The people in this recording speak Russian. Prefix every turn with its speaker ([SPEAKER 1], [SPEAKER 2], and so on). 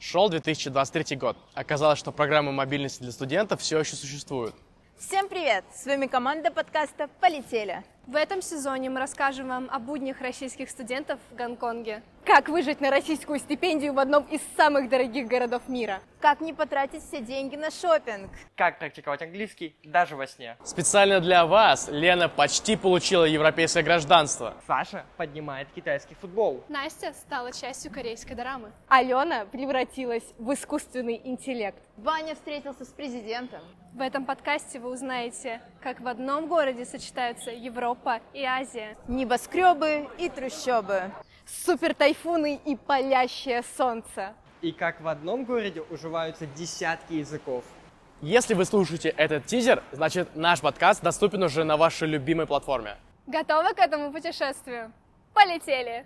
[SPEAKER 1] Шел 2023 год. Оказалось, что программы мобильности для студентов все еще существуют.
[SPEAKER 2] Всем привет! С вами команда подкаста «Полетели».
[SPEAKER 3] В этом сезоне мы расскажем вам о буднях российских студентов в Гонконге. Как выжить на российскую стипендию в одном из самых дорогих городов мира.
[SPEAKER 2] Как не потратить все деньги на шопинг?
[SPEAKER 4] Как практиковать английский даже во сне.
[SPEAKER 1] Специально для вас Лена почти получила европейское гражданство.
[SPEAKER 4] Саша поднимает китайский футбол.
[SPEAKER 3] Настя стала частью корейской дорамы.
[SPEAKER 5] Алена превратилась в искусственный интеллект.
[SPEAKER 2] Ваня встретился с президентом.
[SPEAKER 3] В этом подкасте вы узнаете, как в одном городе сочетаются Европа и Азия.
[SPEAKER 2] Небоскребы и трущобы.
[SPEAKER 5] Супер тайфуны и палящее солнце.
[SPEAKER 4] И как в одном городе уживаются десятки языков.
[SPEAKER 1] Если вы слушаете этот тизер, значит наш подкаст доступен уже на вашей любимой платформе.
[SPEAKER 3] Готовы к этому путешествию? Полетели!